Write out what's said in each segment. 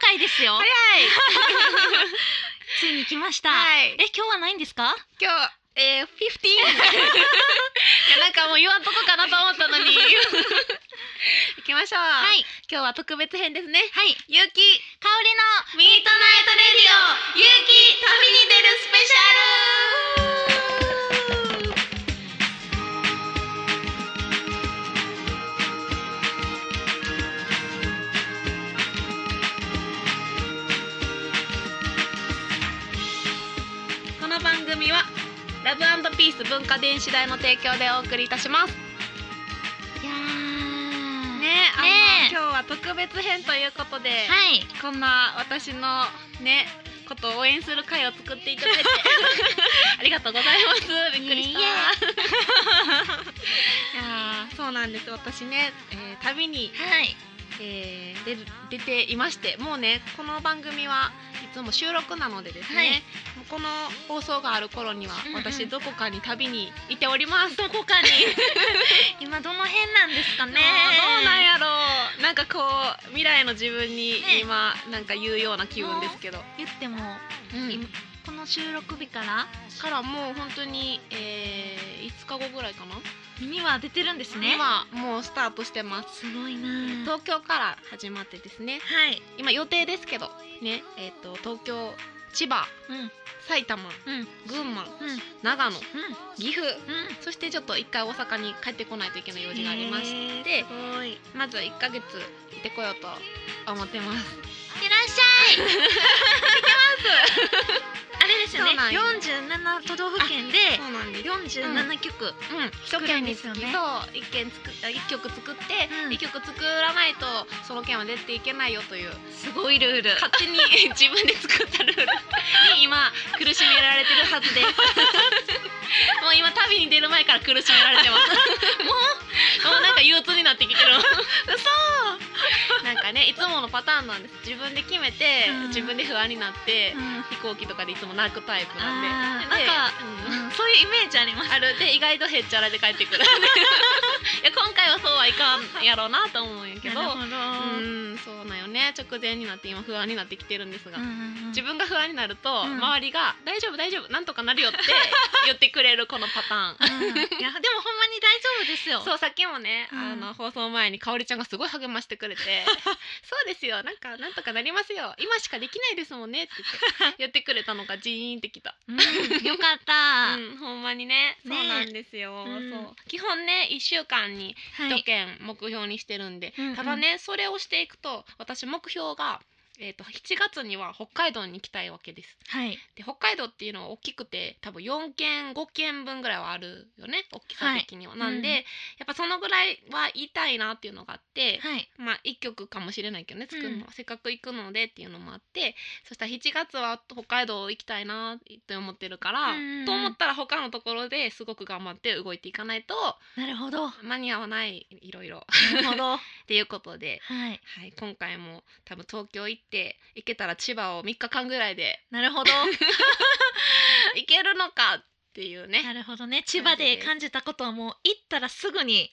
回ですよ早い。ついに来ました、 はいえ。今日はないんですか今日えー、フィフティーン。いやなんかもう言わんとこかなと思った のに。行きましょう。は。い今日は特別編ですね。はいゆうき香りのミートナイトレディオゆうき旅に出るスペシャル。この番組はラブピース文化電子代の提供でお送りいたします。いやーね、あの、ねえ今日は特別編ということで、はいこんな私のねことを応援する会を作っていただいてありがとうございますびっくりした いえいいやーそうなんです私ね、えー旅に、 はいえー出る出ていましてもうねこの番組はいつも収録なのでですね、はいもうこの放送がある頃にはうんうん私どこかに旅にいております、どこかに 今どの辺なんです かねねどうなんやろうなんかこう未来の自分にね今なんか言うような気分ですけど、言っても、うん今この収録日からからもう本当に、えー、5日後ぐらいかな、には出てるんですね今もうスタートしてますすごいなー東京から始まってですねはい今予定ですけどねえっ、と東京千葉うん埼玉うん群馬うんうん長野岐阜うんそしてちょっと一回大阪に帰ってこないといけない用事がありまして、へーすごいいまず1ヶ月行ってこようと思ってますらっしゃい来てますあれですよねそうなんよ47都道府県でうなんで47曲、うん、一作る県んにでつすきよねそう一件作あ一曲作ってうん一、曲作らないとその件は出ていけないよというすごいルール勝手に 自分で作ったルールに今苦しめられてるはずです もう今旅に出る前から苦しめられてます もうもうなんか憂鬱になってきてる嘘なんかねいつものパターンなんです自分で決めて、うん自分で不安になって、うん飛行機とかでいつも泣くタイプなんであーでなんかうんうんそういうイメージありますあるで意外とへっちゃらで帰って くるいや今回はそうはいかんやろうなと思うんやけどなるほど、うんそうなんよね直前になって今不安になってきてるんですが、うんうん自分が不安になると、ん周りが「大丈夫大丈夫なんとかな るよ」って言ってくれるこのパターン。うんいやでもほんまに大丈夫ですよそうさっきもね、うんあの放送前にかおりちゃんがすごい励ましてく れて「そうですよなんかなんとかなりますよ今しかできないですもんね」って言って言ってくれたのがジーンってきた。うん よかった、うん、ほんまにねねそうなんですよ、うんそう基本ね1週間には1件目標にしてるんで、うんうんただねそれをしていくと私目標が、えー、と7月には北海道に行きたいわけですはいで北海道っていうのは大きくて多分4件5件分ぐらいはあるよね大きさ的には、いなんで、うんやっぱそのぐらいは言いたいなっていうのがあって、はいまあ1曲かもしれないけどね作るのは、せっかく行くのでっていうのもあってそしたら7月は北海道行きたいなって思ってるから、うんうんと思ったら他のところですごく頑張って動いていかないとなるほどな間に合わないいろいろるほ どはっていうことで、いはい、今回も多分東京行って行けたら千葉を3日間ぐら いでなるほど行けるのかっていう ねなるほどね千葉で感じたことはもう行ったらすぐ に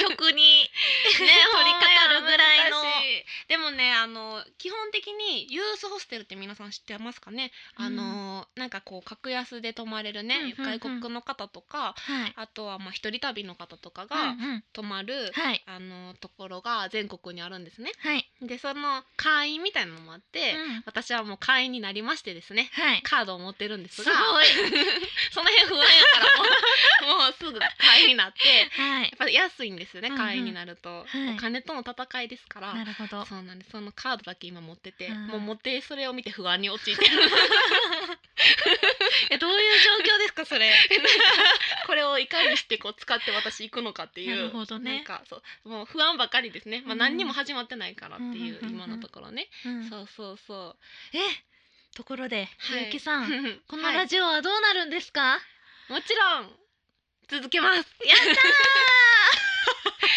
曲にね取り掛かるぐらいのほんまや難しいでもねあの基本的にユースホステルって皆さん知ってますかね、あのなんかこう格安で泊まれるね、うんうんうん外国の方とかはいあとはまあ一人旅の方とかうんがうん泊まる、はいあのところが全国にあるんですねはいでその会員みたいなのもあって、うん私はもう会員になりましてですねはいカードを持ってるんですごすがいその辺不安やからもうもうすぐ会員に なってはいやっぱ安いんですよね、うんうん会員になると、はいお金との戦いですからなるほどそうなんですそのカードだけ今持ってて、うんもう持ってそれを見て不安に陥ってるえどういう状況ですかそれ これをいかにしてこう使って私行くのかっていうなるほどねなんかそうもう不安ばかりですね、まあ、うん何にも始まってないからっていう、うんうんうんうん今のところね、うんそうそうそうえところではいゆうきさんこのはいラジオはどうなるんですかもちろん続けます。やったーよか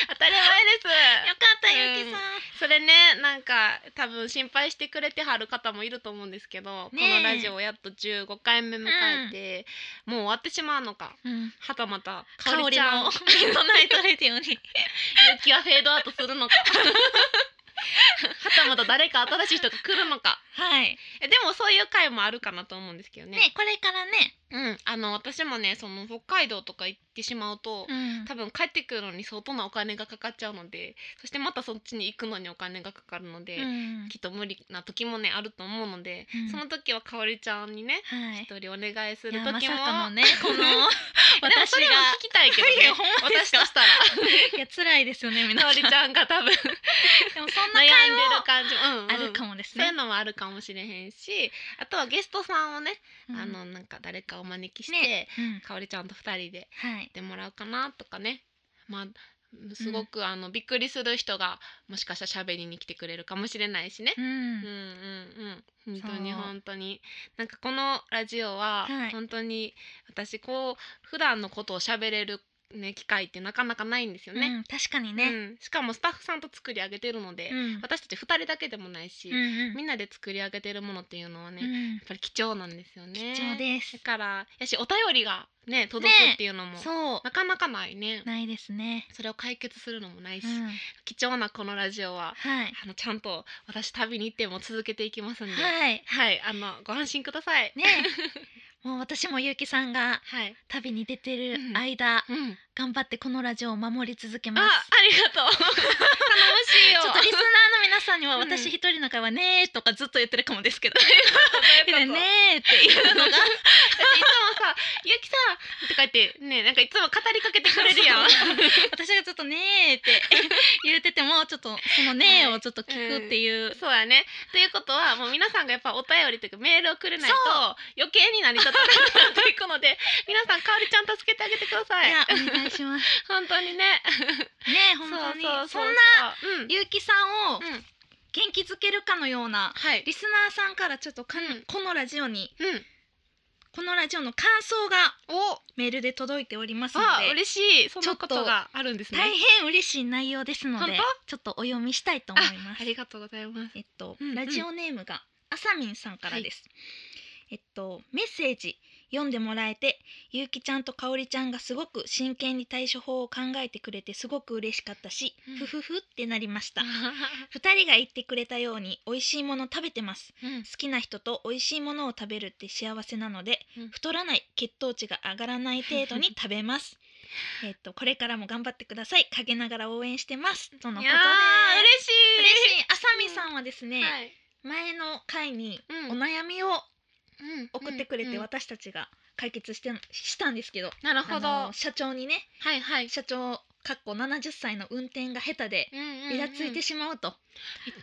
当たり前でったうんゆうきさんす。それね、なんか多分心配してくれてはる方もいると思うんですけど、ねえこのラジオやっと15回目迎えて、もう終わってしまうのか。うんはたまた香香りりちゃんのミッドナイトレディオに 雪はフェードアウトするのか。はたまた誰か新しい人が来るのかはい。えでもそういう回もあるかなと思うんですけどねねこれからね。うん、あの私もねその北海道とか行ってしまうと、うん多分帰ってくるのに相当なお金がかかっちゃうのでそしてまたそっちに行くのにお金がかかるので、うんきっと無理な時もねあると思うので、うんその時はかおりちゃんにねはい。一人お願いすいる時やもまさかの ね このでも私それもが聞きたいけどねい やほんまで私すとかしたらいや辛いですよ ね皆かさおん。りちゃんが 多分でもそんな悩ん会でもる感じも、うんうんあるかもですそういねう。のもあるかもしれへんしあとはゲストさんをね、うんあのなんか誰かお招きして、ねうんかおりちゃんと二人ではいっ。てもらうかなとかねまあすごく、あのびっくりする人がもしかしたら喋りに来てくれるかもしれないしね。ううんうんん。うん、本当にそう本当になんかこのラジオははい本当に私こう普段のことを喋れる、ね、機会ってなかなかないんですようね、ん確かにうね。んしかもスタッフさんと作り上げてるので、うん私たち2人だけでもないし、うんうんみんなで作り上げてるものっていうのはうね、やっんぱり貴重なんですよね。貴重ですだ。からやしお便りがね届くっていうのも、そなかなかないねう。ないですね。それを解決するのもないし、うん貴重なこのラジオははい。あのちゃんと私旅に行っても続けていきますんで、はい、はい。あのご安心ください。 ね。もう私もゆうきさんがはい、旅に出てる間、うん、ああり頑張ってこのラジオを守り続けます。が とう。楽しいよ。ちょっとリスナーの皆さんにはうん私一人の会はねーとかずっと言ってるかもですけど、ということねーっていうのがだ っていつもさ「ゆきさん」とか言ってねなんかいつも語り かけてくれるやん。私がちょっとねーって 言っててもちょっとそのねーをちょっと聞くっていう、そうやね。ということはもう皆さんがやっぱお便りというかメールをくれないとそ余計に成り立たなくなっていくので皆さんかおりちゃん助けてあげてください。いやお願いします本当にね。ねー本当に そうそそうそうそうんなうんゆうきさんをうん元気づけるかのようなはい。リスナーさんからちょっとかんうんこのラジオにうん。このラジオの感想がお、メールで届いておりますのあ、で嬉しい。そんなことがあるんですね。大変嬉しい内容ですので本当ちょっとお読みしたいと思いまあすりがとうございます。えっと、うんうんラジオネームがあさみんさんからです、えっとメッセージ読んでもらえてゆうきちゃんとかおりちゃんがすごく真剣に対処法を考えてくれてすごく嬉しかったし、うんふふふってなりましたう二人が言ってくれたように美味しいもの食べてますん好きな人と美味しいものを食べるって幸せなので、うん太らない血糖値が上がらない程度に食べ ますえっとこれからも頑張ってください陰ながら応援してますとのいことやでー嬉しい。嬉しいあさみさんはですね、はい。前の回にうんお悩みをうん送ってくれてうん私たちが解決してしたんですけど、なるほど。あのは社長にねいはい。社長かっこ70歳の運転が下手でうんうんうんイラついてしまうと、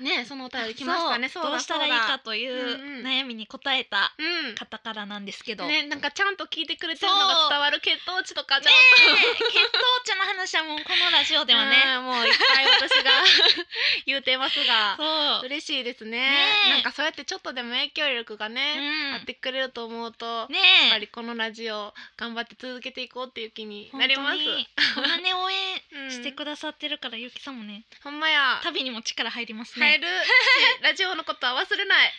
ねそのお便り来ましたね。そそうだどうしたらいいか。というんううん悩みに答えたそうだうん。方からなんですけど、ねね、なんかちゃんと聞いてくれてるのそうが伝わる血糖値とかえちゃんと、血糖値の話はもうこのラジオではね、うんもういっぱい私が 言うてますがそう、嬉しいですねねなんかそうやってちょっとでも影響力がうね、んあってくれると思うと、ねやっぱえりこのラジオ頑張って続けていこうっていう気に本な当にります、こんなね応援うん、してくださってるからゆきさんもねほんまや旅にも力入りますね入 るしラジオのことは忘れない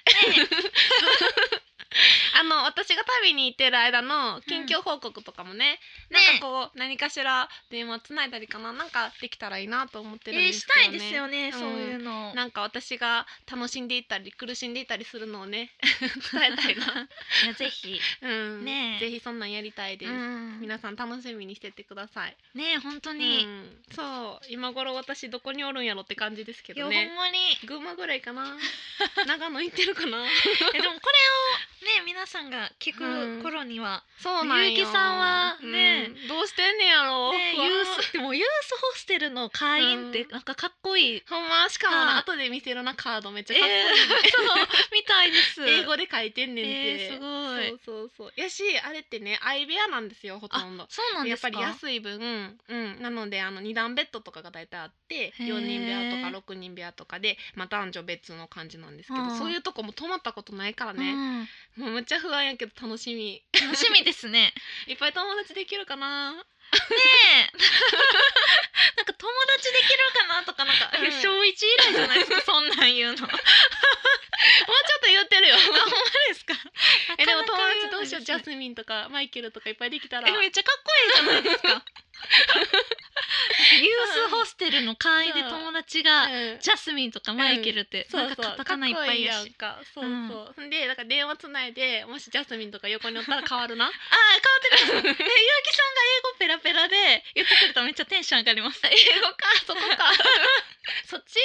あの私が旅に行ってる間の近況報告とかもね、ね なんかこう何かしら電話つないだりかななんかできたらいいなと思ってるんえーですしけどたね、いですよね、んそういうの。なんか私が楽しんでいたり苦しんでいたりするのを ね伝えたいな、いやぜひ、うん、ねえぜひそんなんやりたいです、うん皆さん楽しみにしててください、ね本当うに、ん、そう今頃私どこにおるんやろって感じですけいやほどんねま に。群馬ぐらいかな長野行ってるかなえでもこれをね皆さんが聞く頃には、そうなんよゆうきさんはね、うどうしてんねやろね不安ユースでもユースホステルの会員ってうんなんかかっこいい。ほんましかもなはい後で見せるなカードめっちえゃーかっこいい、そうみたいです。 英語で書いてんねんて、えーすごいそうそうそうやしあれってね相部屋なんですよほとんどあそうなんでやっすか。ぱり安い分、うん、なのであの2段ベッドとかが大体あっへてー4人部屋とか6人部屋とかで、まあ、男女別の感じなんですけど、うんそういうとこも泊まったことないからね、ね、もうめっちゃ不安やけど楽 しみ楽しみです ね。いっぱい友達できるかなねえなんか友達できるかなとかなんか、うん小一以来じゃないですかそんなん言うの。あ もうちょっと言ってるよですか。えでも友達どうしようジャススミンとかマイケルとかいっぱいできたら えめっちゃかっこいいじゃないですか。ユースホステセルの会員で友達がうんジャスミンとかマイケルってそなうんかそうカタカナいっぱいやかっこしかそうそう、ん、でだから電話つないでもしジャスミンとか横におったら変わる なああ変わってくるえゆうきさんが英語ペラペラで言ってくれたらめっちゃテンション上がります英語かそこ かそっち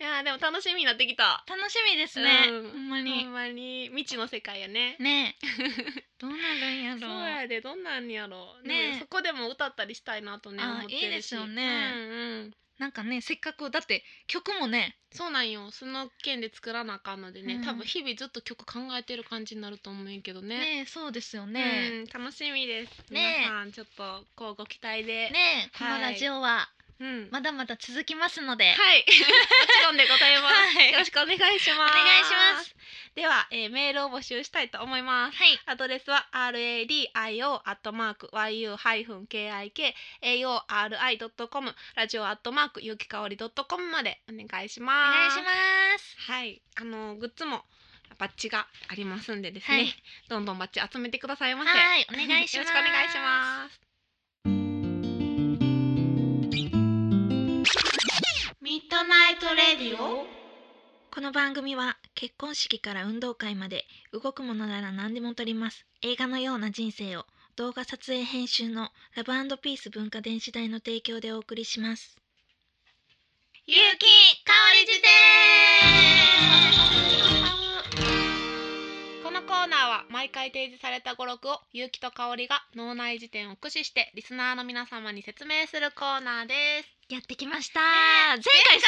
いやーでも楽しみになってきた楽しみですね、うんほんまほにんまに未知の世界やねねえどうなるんやそうろやでどんなんやろうねねそこでも歌ったりしたいなとねあ思ってるしいいですよねうんうんなんかねせっかくだって曲もねそうなんよその件で作らなあかんのでね、うん多分日々ずっと曲考えてる感じになると思うんやけどねねえそうですよね、うん、楽しみです、ね皆さんちょっとこうご期待で、ねえこのはいラジオはうんまだまだ続きますので、はいもちろんでございます、はいよろしくお願いしますおお願いしますでは、えーメールを募集したいと思いますはいアドレスは radio.yu-kikaori.com ラジオ .yu ゆきかおり .com までお願いしおます。願いしますはい、あのグッズもバッジがありますんでですね、はいどんどんバッジ集めてくださいませ。はいお願いします よろしくお願いします。ミッドナイトレディオ。この番組は結婚式から運動会まで動くものなら何でも撮ります映画のような人生を動画撮影編集のラブピース文化電子台の提供でお送りしますゆうきかおりじでこのコーナーは毎回提示された語録をゆうきとかおりが脳内辞典を駆使してリスナーの皆様に説明するコーナーです。すやってきました前回ね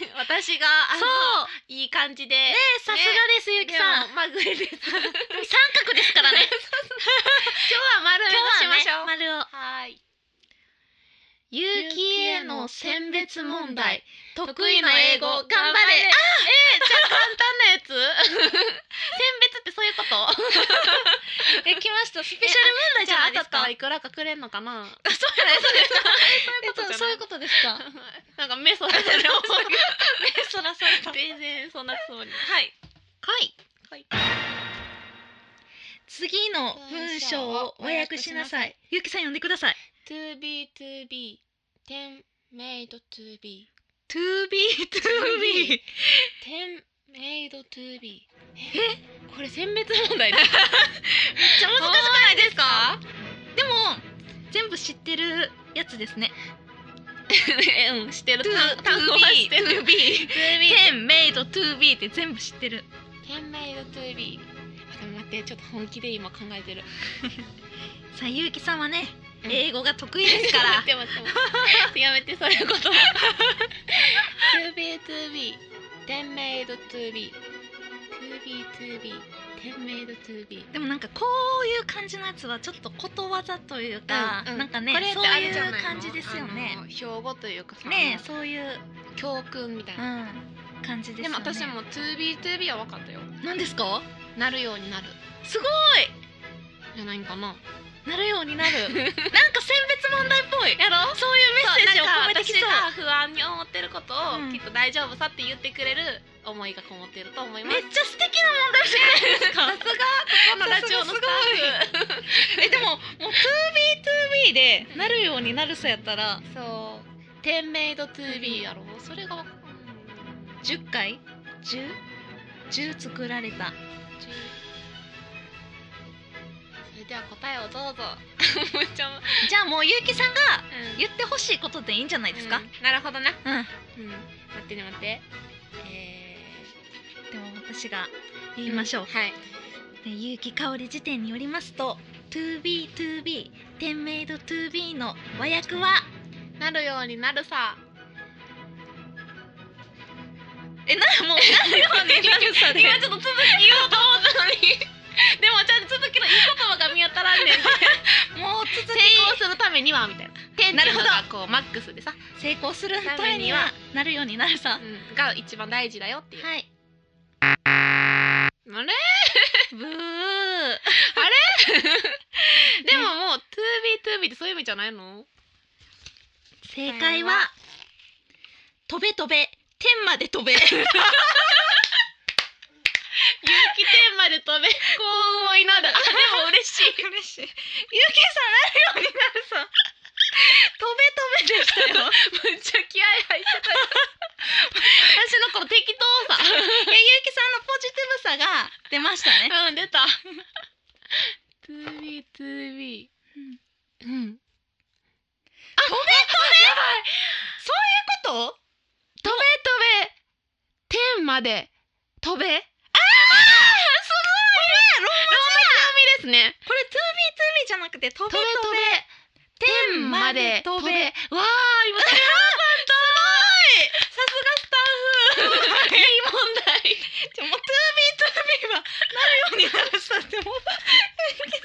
前回 私があのそういい感じで、ねさすがですゆうきさんでもまぐれです。三角ですからね 今日は丸今目日しましょはねう。丸をはい。有機への選別問題得得意の英語頑張れ。あえー、じゃあ簡単なやつ。選別ってそういうこと？ え来ましたスペシャル問題じじゃゃなあいで当たすったからいくらかくれんのかな。そうやねそうですそういうことじゃないえそういうことですか なんか目そらされる。えそらそらはい全然そんなつもりない。はい。はい次の文章を和訳しなさいゆうきさん読んでください To be to be ten made to be to be to be ten made to be えこれ選別問題です めっちゃ難しくないですかかでも全部知ってるやつですねうんしてる to 単語はし be てる to be to be ten made to be って全部知ってる 天命の to be あでも待ってちょっと本気で今考えてるさあゆうきさんはねうん英語が得意ですから待って待って待 ってやめてそういうこと to be to be 天命の to be to be to be 天命の to be でもなんかこういう感じのやつはちょっとことわざというか、うんうんなんかねこれってそうあれじゃいなうい感じですよねあ。の標語というかさ、ねあえそういう、の教訓みたいうな。ん、感じですよね。でも私も 2B2B は分かったよ。なんですか？なるようになるすごじゃないんかな。いなるよう になる。なんか選別問題っぽい。やろ？そういうメッセージを込めてきそう。私が不安に思ってることを、うんきっと大丈夫さって言ってくれる思いがこもってると思いまめす。っちゃ素敵な問題じゃないですか。このラジオのスタッフ。えでももう 2B2B でなるようになるさやったらそう。天命ド 2B やろ。それが分かんない。 10回10 10作られた。それでは答えをどうぞ。 もうちょんじゃあもうゆうきさんがうん言ってほしいことでいいんじゃないですか？うんなるほどな。うんうん、待ってね待って。えでも私がー、言いましょう、んはい。で結城香織辞典によりますと 2B2B 天メイド 2B の和訳はなるようになるさ。えなもうなるようになるさで今ちょっと続き言おうと思ったのに。でもちゃんと続きのいい言葉が見当たらんね ん。もう続成功するためにはみたいな。天っていうのがこうマックスでさ、き成功するためにはなるようになるさ、うん、が一番大事だよっていう。はいあれ？ブー でももう to be to be ってそういう意味じゃないの？正解は飛べ飛べ天まで 飛べ有機天まで飛 べ幸運を祈る。あでも嬉しい。嬉しいゆきさんなるようになるさ飛べ飛べでしたよマと飛うん飛べ飛べ天まで飛べあーすごいローマ字読みですねこれ 2B2B じゃなくて飛べ飛飛べべ飛べ天まで飛べ天までわー 今すさすがスタッフごいいい問題じゃあもう 2B2B はなるようにならしたってもうなん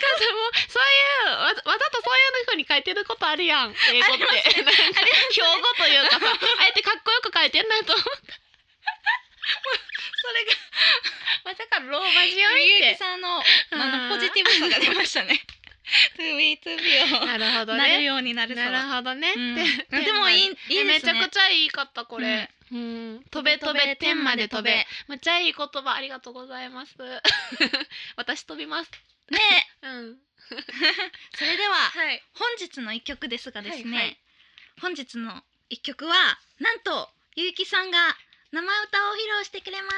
かさもうそういうわざわざとそういうふうに書いてることあるやん英語ってなんか標語というかさあえてかっこよく書いてんなと思っそてれがまさかローマ字読みゆうっきてさんのあうんのポジティブさが出ましたね 2B2B なるほをどなるねようになるさなるほどね、うんででもいいいいですねめちゃくちゃいいかったこれ、うん飛べ飛べ天まで飛べめっちゃいい言葉ありがとうござい ます私飛びますねうんそれでははい本日の一曲ですがですね、はいはい本日の一曲はなんとゆうきさんが生歌を披露してくれま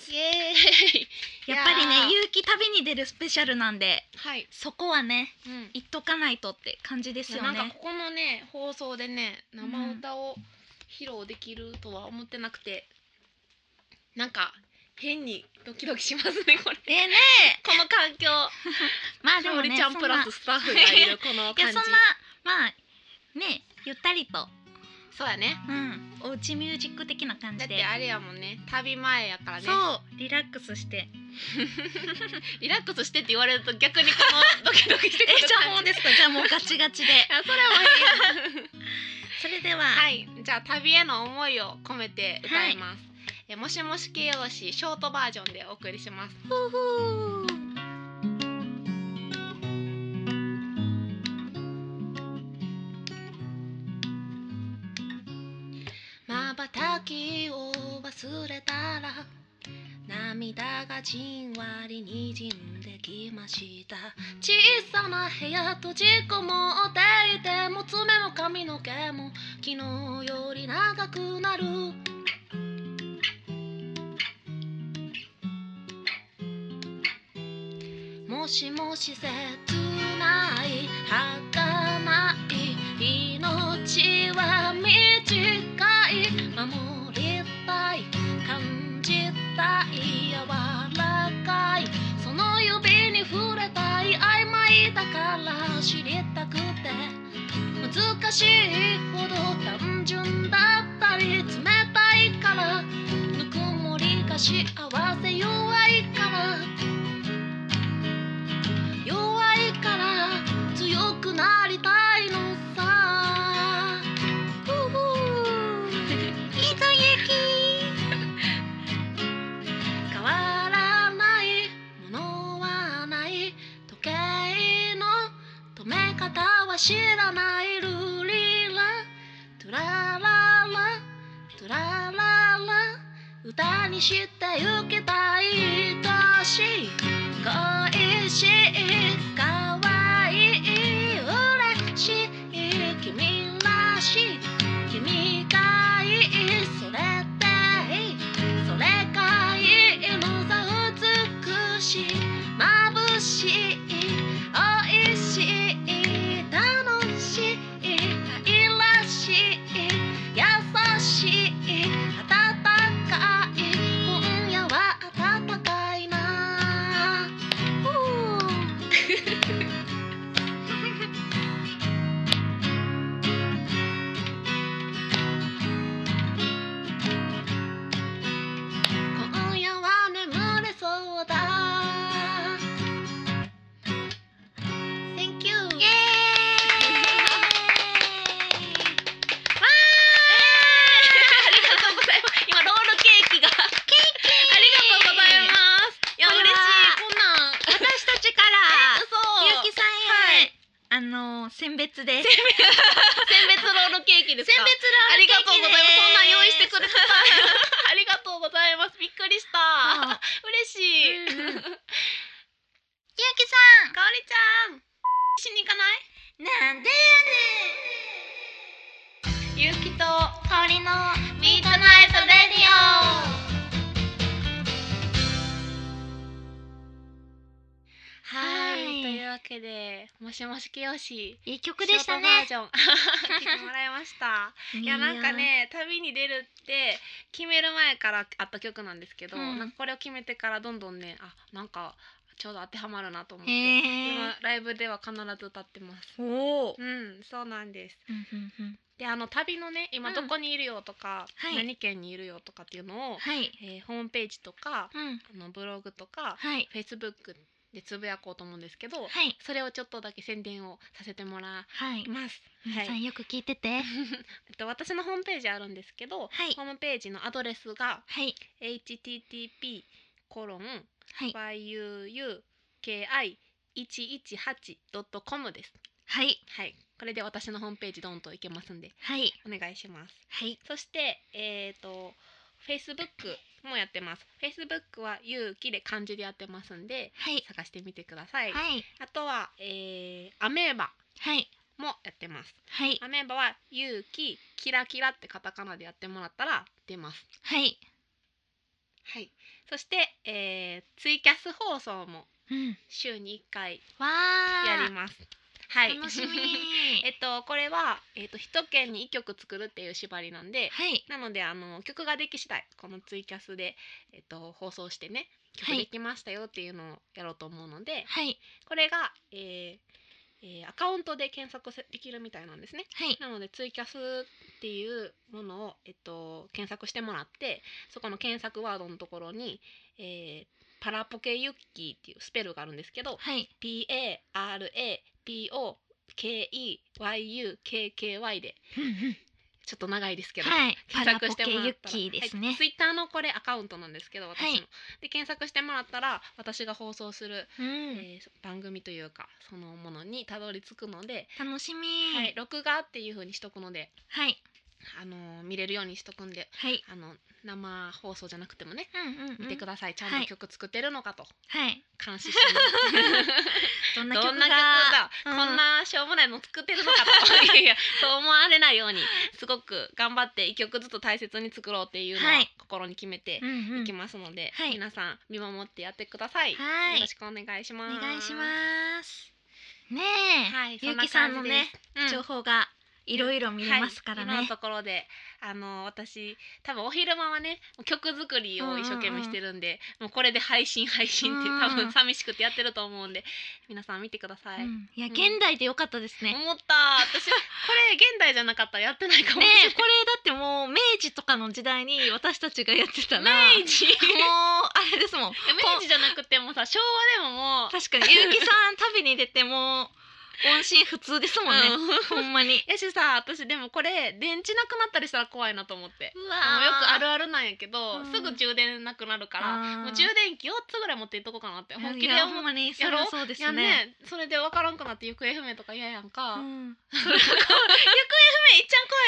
すイエーイやっぱりいやーねゆうき旅に出るスペシャルなんではい、そこはねうん言っとかないとって感じですよなんかねここのね放送でね生歌を披露できるとは思ってなくて、なんか変にドキドキしますねこれえーねこの環境 まあでかもおりねちゃんプラススタッフがいるそこのんないや感そんじなまあねゆったりとそうやねうんおうちミュージック的な感だじっで、てあれやもんね旅前やからねそうリラックス してリラックスしてって言われると逆にこのドキドキしてえくる感じじゃあもうですかじゃあもうガチガチであそれもいいそれでは、はいじゃあ旅への思いを込めて歌います、えもしもし形容詞ショートバージョンでお送りしますふうふうまばたきを忘れたら涙がじんわりにじんできました小さな部屋閉じこもっていても爪も髪の毛も昨日より長くなるもしもし切ない儚い命は短い守りたい感じたい柔らかいその指に触れたい曖昧だから知りたくて難しいほど単純だったり冷たいからぬくもりが幸せ弱いから弱いから強くなりたいのさふふいいぞゆき変わらないものはない時計の止め方は知らないルリラトゥラララトゥラララ歌にしてゆきたい愛しい恋しい可愛い嬉しい君らしい君がいいそれでいいそれがいいのさ美しい眩しい美味しい楽しい愛らしい優しい暖かい今夜は暖かいな今夜は眠れそうだイ Thank you! エーイありがとうございます。今ロールケーキが。ケーキ。ありがとうございます。いやこれ嬉し。はいこんなん。私たちから嘘ゆうきさんはへい。あのー選別です選別ロールケーキです選別か。あラりーがケとうございます。そんなん用意してくれてた。 ありがとうございます。びっくりした。あ 嬉うしい。んうんかゆうきおりちゃん。しに行かない。さんなんでゆうきとやねん香りのミートナイトレディオ。はい、というわけけでもしもしきよしいい曲でしたねショートバージョン 聞いてもらいましたいやなんかね旅に出るって決める前からあった曲なんですけど、うんなんかこれを決めてからどんどんねあなんかちょうど当てはまるなと思っへて、え今ライブでは必ず歌ってますおおー、うんそうなんですうんうんうん、であの旅のね今うんどこにいるよとか、はい何県にいるよとかっていうのを、はいえーホームページとかうんあのブログとか、はいフェイスブックでつぶやこうと思うんですけど、はいそれをちょっとだけ宣伝をさせてもらはいいます。皆さんよく聞いててえっと私のホームページあるんですけど、はいホームページのアドレスがはい http コロンはい yuuki118.com です。はいはい、これで私のホームページドンといけますんではいお願いします。はいそしてえっ、と Facebook もやってます。Facebook は勇気で漢字でやってますんではい探してみてください。はいあとは、えー、アメーバはいもやってます。はいアメーバは勇気キラキラってカタカナでやってもらったら出ます。はいはい。そして、えー、ツイキャス放送もうん週に1回わやりあます。はい。楽しみ えっとこれはえっと一県に一曲作るっていう縛りなんで、はいなのであの曲ができ次第このツイキャスでえっと放送してねは曲いできましたよっていうのをやろうと思うので、はいこれが、えーえーアカウントで検索せできるみたいなんですね。はいなのでツイキャスっていうものを、えっと、検索してもらってそこの検索ワードのところに、えーパラポケユッキーっていうスペルがあるんですけどはい PARAPOKEYUKKY でちょっと長いですけど、はいパ検ラ索ポしてケもらユっッたらキーですはねい、ツイッターのこれアカウントなんですけど私の、はいで検索してもらったら私が放送する、うんえー番組というかそのものにたどり着くので、楽しみはい、録画っていう風にしとくのではいあのー見れるようにしとくんではいあの生放送じゃなくてもねうんうん見てくだださい、ちゃんはとい曲作ってるのかとはい監 視してますどんなど曲んがな曲だ、うんこんなしょうもないの作ってるのかといやいやそう思われないように すごく頑張って一曲ずつ大切に作ろうっていうのははい心に決めてうんういんきますので、はい皆さん見守ってやってください、はいよろしくお願いしおます願いしすますねはいえそゆんうなきさんの感じですねうん情報がいろいろ見れますからはい、いろんねなところであの私多分お昼間はね曲作りを一生懸命してるんで、もうこれで配信配信ってうんうん多分寂しくてやってると思うんで皆さん見てください。うんいやん現代でよかったですね思った私これ現代じゃなかったらやってないかもねしえこれだってもう明治とかの時代に私たちがやってたれらない明 治もうあれですもん明治じゃなくてもさ昭和でももう確かにゆうきさん旅に出ても音信不通ですもんね、うんほんまにやしさ私でもこれ電池なくなったりしたら怖いなと思って。うあのよくあるああるなんやけど、うんすぐ充電なくなるからあーもう充電器4つぐらい持っていっとこうかなって本気で思ほっんまにそやれはろそうですいやねねそれで分からんくなって行方不明とか嫌やんか、う行方不明ん いっちゃん怖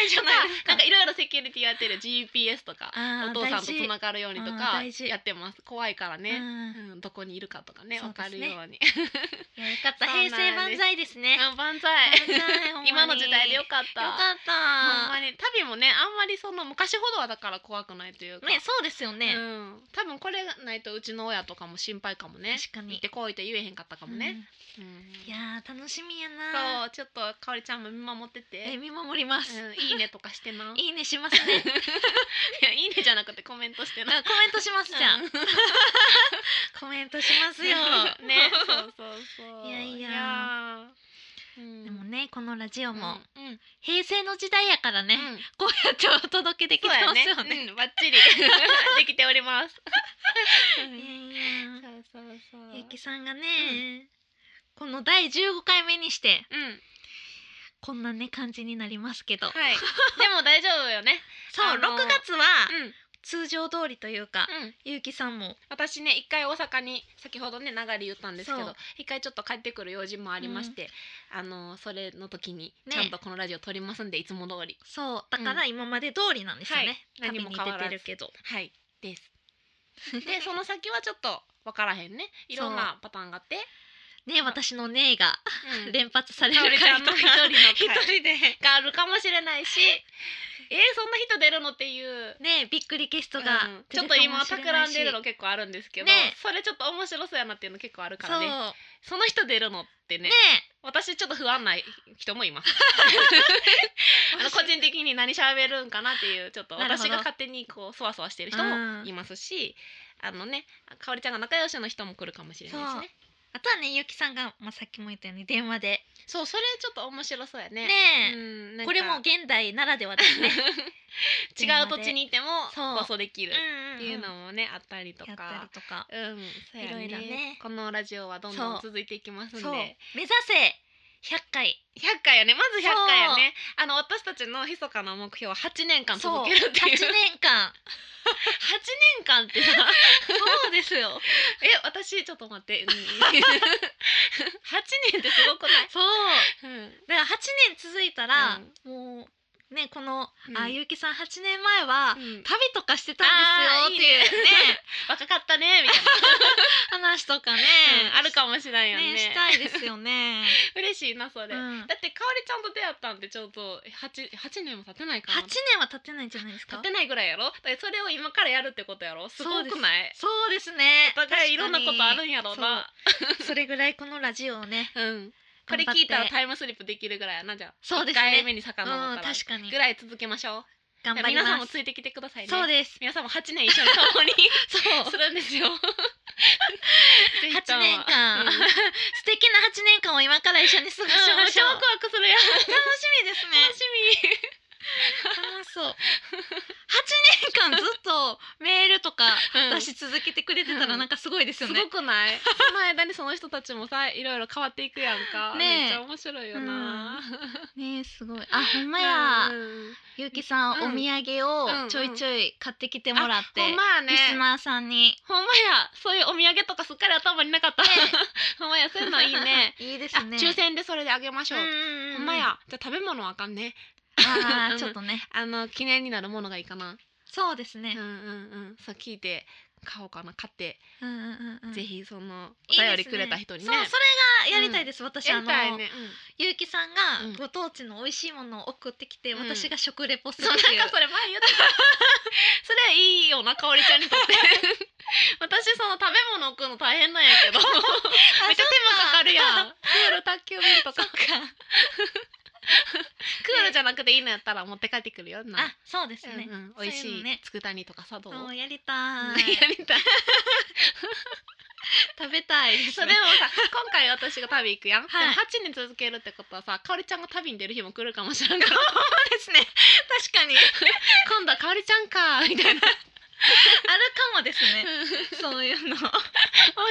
いじゃないですかななかんんかいろいろセキュリティやってる GPS とかあーお父さんとつながるようにとあーか大事やってます怖いからうね、んうんどこにいるかとかねそうで分かすねるようにいやよかったそうなん平です成万歳ですねうん 万歳 万歳ほんまに今の時代でよかっよたかったほんまに旅もねあんまりそんな昔ほどはだから怖くないというかねそうですよね、うん、多分これがないとうちの親とかも心配かもね確かに行ってこいって言えへんかったかもね、うんうんいやー楽しみやなそうちょっとかおりちゃんも見守っててえ見守ります、うん、いいねとかし てな。いいいねします ねやいいねじゃなくてコメントしてあコメな。ントしますじゃあ、うんコメントしますよね。そうそうそう。いやいやーう んでもねこのラジオも、うんうん平成の時代やからね、うんこうやってお届けできてそうますよねやね。うんバッ チリできております。いやそいうやそうそう。ゆきさんがね、この第15回目にしてうんこんなね感じになりますけど、はい。でも大丈夫よね。そう、あのー6月はうん通常通りというか、うん。ゆうきさんも私ね一回大阪に先ほどね流れ言ったんですけそうど一回ちょっと帰ってくる用事もありまして、あのそれの時にねちゃんとこのラジオ撮りますんで、いつも通りそうだから今まで通りなんですよね、はい旅に何も変わら出ずてるけどはいですでその先はちょっと分からへんねいろんなパターンがあって、ね私の「ねえ」がうん連発されかおるりち回ゃんとのか一人の一回人で があるかもしれないしえー、そんな人出るのっていう。ねびっくりゲストが、うんちょっと今企んでるのね結構あるんですけど、ねそれちょっと面白そうやなっていうの結構あるかそうらねねその人出るのってね私ちょっと不安な人もいます あの個人的に何喋るんかなっていうちょっとなるほ私どが勝手にこうそわそわしてる人もいますしあのねかおりちゃんが仲良しの人も来るかもしれないですねあとはねゆきさんが、まあ、さっきも言ったように電話でそうそれちょっと面白そうやねねうんなんかこれも現代ならではですね違う土地にいてもそう放送できるっっていうのもねあったりとやったりかとかうんそうやいろいろねねこのラジオはどんどそうん続いていきますんそうで目指せ100回100回やねまず100回やねあの私たちの密かな目標は8年間そう8続けるっていう 8, 年間年間ってさそうですよ え私ちょっと待って、うん、8年ってすごくない、そううんだから8年続いたら、もうねこの、うんあゆうきさん8年前は、うん旅とかしてたんですよっていうあーいいねね若かったねみたい話とかね、な、うんあるかもしれんよねねしたいですよ ね。嬉しいなそれ、うんだってかおりちゃんと出会ったんってちょうど 8, 8年も経ってないか8な年は経ってないんじゃないです経かって。ないぐらいやろだからそれを今からやるってことやろすごくないそうですね。お互いいろんなことあるんやろう確かなに。そうそれぐらいこのラジオを ね、うんこれ聞いたらタイムスリップできるぐらいやなじゃあそうですね1回目に遡ったら、うん確かにぐらい続けましょう頑張ります。皆さんもついてきてくださいねそうです。皆さんも8年一緒に 共にそうするんですよ ぜひと8も年間、うん 素敵な8年間を今から一緒に過ごしうんもうまし超ょう。ワクワクするやん楽しみですね。楽しみ楽しそう。8年間ずっとメールとか出し続けてくれてたらなんかすごいですすよね。ごくないその間にその人たちもさいろいろ変わっていくやんか、ねえめっちゃ面白いよな、ねえすごい。あほんまうや。んゆうきさん、うんお土産をちょいちょい買ってきてもらって、ほんまやねリスナーさんに。ほんまやそういうお土産とかすっかり頭になかった、ね ほんまやそういうのいいねい いであすね。抽選でそれであげましょう、うんうんうんほんま。やじゃあ食べ物はあかんねあ あちょっとね。あの記念になるものがいいかなそうですうんうね。んうんそう聞いて買おうかな買って、うんうんうんうん。ぜひそいのおいですね。便りくれた人にねそうそれがやりたいです。私やありのたいね、ゆうきさんうんがご当地の美味しいものを送ってきて、うん私が食レポすうるん、そうなんっかていう。それ前言ってた それいいよなかおりちゃんにとって 私その食べ物送るの大変なんやけ どめっちゃ手間かかるやんクール宅急便とそかっか。クールじゃなくていいのやったら持って帰ってくるよなあそうですねう。んうん、そう美いうのね味しい佃煮とかさどう、 そうやりたい。やりたい食べたいですそうでもさ今回私が旅行くやん、はいでも8年続けるってことはさかおりちゃんが旅に出る日も来るかもしれんからですね。確かに。 今度はかおりちゃんかみたい な あるかもですね。面そういうの。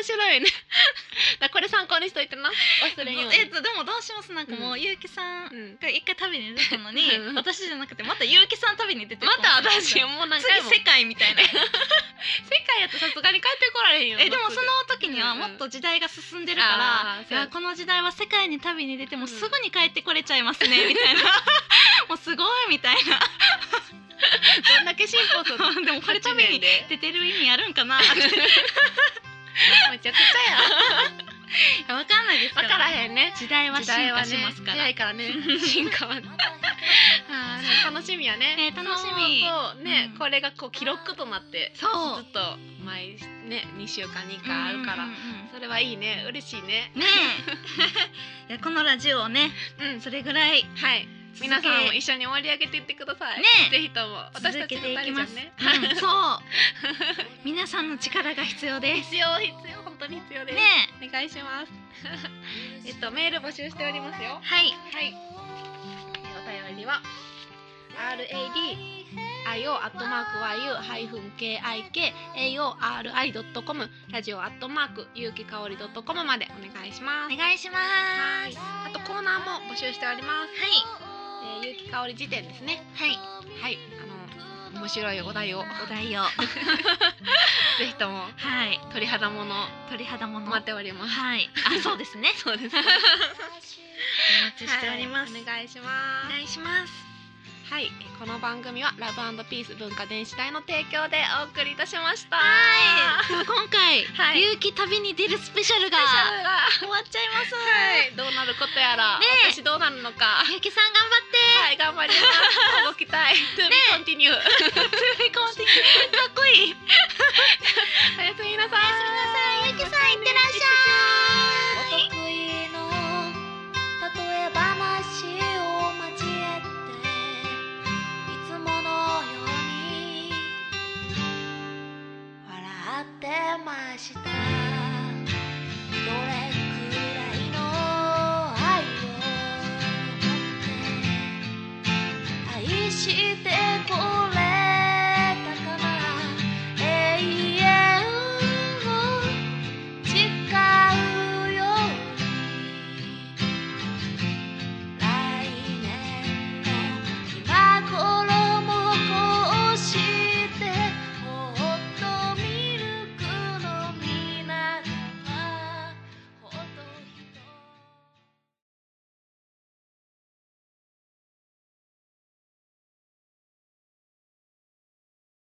白いね だからこれ参考にしといてな忘れんようにえっとでもどうしますなんかもう、うんゆうきさんうがん一回旅に出たの に、うん私じゃなくてまたゆうきさん旅に出てるまかもたし私れないもう何回も次世界みたいな世界やとさすがに帰ってこられへんよ えでもそのすぐ時にはもっと時代が進んでるから、あーいそうやこの時代は世界に旅に出てもすぐに帰ってこれちゃいますね、うんみたい なもうすごいみたいなどんだけ進歩するの でもこれ旅に8年で出てる意味あるんかないめちゃくちゃややわかんないです か分らからへんね時代は時進代は化ねしますから、早いか らね進化はねあー楽しみやねね楽しみそうそうね、うんこれがこう記録となってそうずっと毎ね2週間に1回あるから、うんうんうんそれはいいね嬉しいねねえ いやこのラジオをねうんそれぐらいはい続け皆さんも一緒に盛り上げていってくださいねぜひとも続私たちけのていきます、ねうんそう 皆さんの力が必要です必要必要本当に必要です、ねお願いします えっとメール募集しておりますよはいはい。お便りは R A D I O アットマーク Y U ハイフン K I K A O R I ドットコムラジオアットマークゆうきかおりドットコムまでお願いしますお。願いしますあとコーナーも募集しております。はえー、ゆうきかおり辞典ですね。いはいはい。あの面白いお題をお題をはぜひともい鳥肌もの鳥肌もの待っております。はいあそうですね そうです。お待ちしております、はいお願いしますお。願いしますはい、えーこの番組はラブピース文化電子台の提供でお送りいたしました。はいでは今回、はい勇気旅に出るスペシャルがスペ終シャルがわっちゃいます、はい、どうなることやら、ねえ私どうなるのか。ゆうきさん頑張って はい、頑張わりが動きたい To be continue コンティニューかっこいいおやすみなさい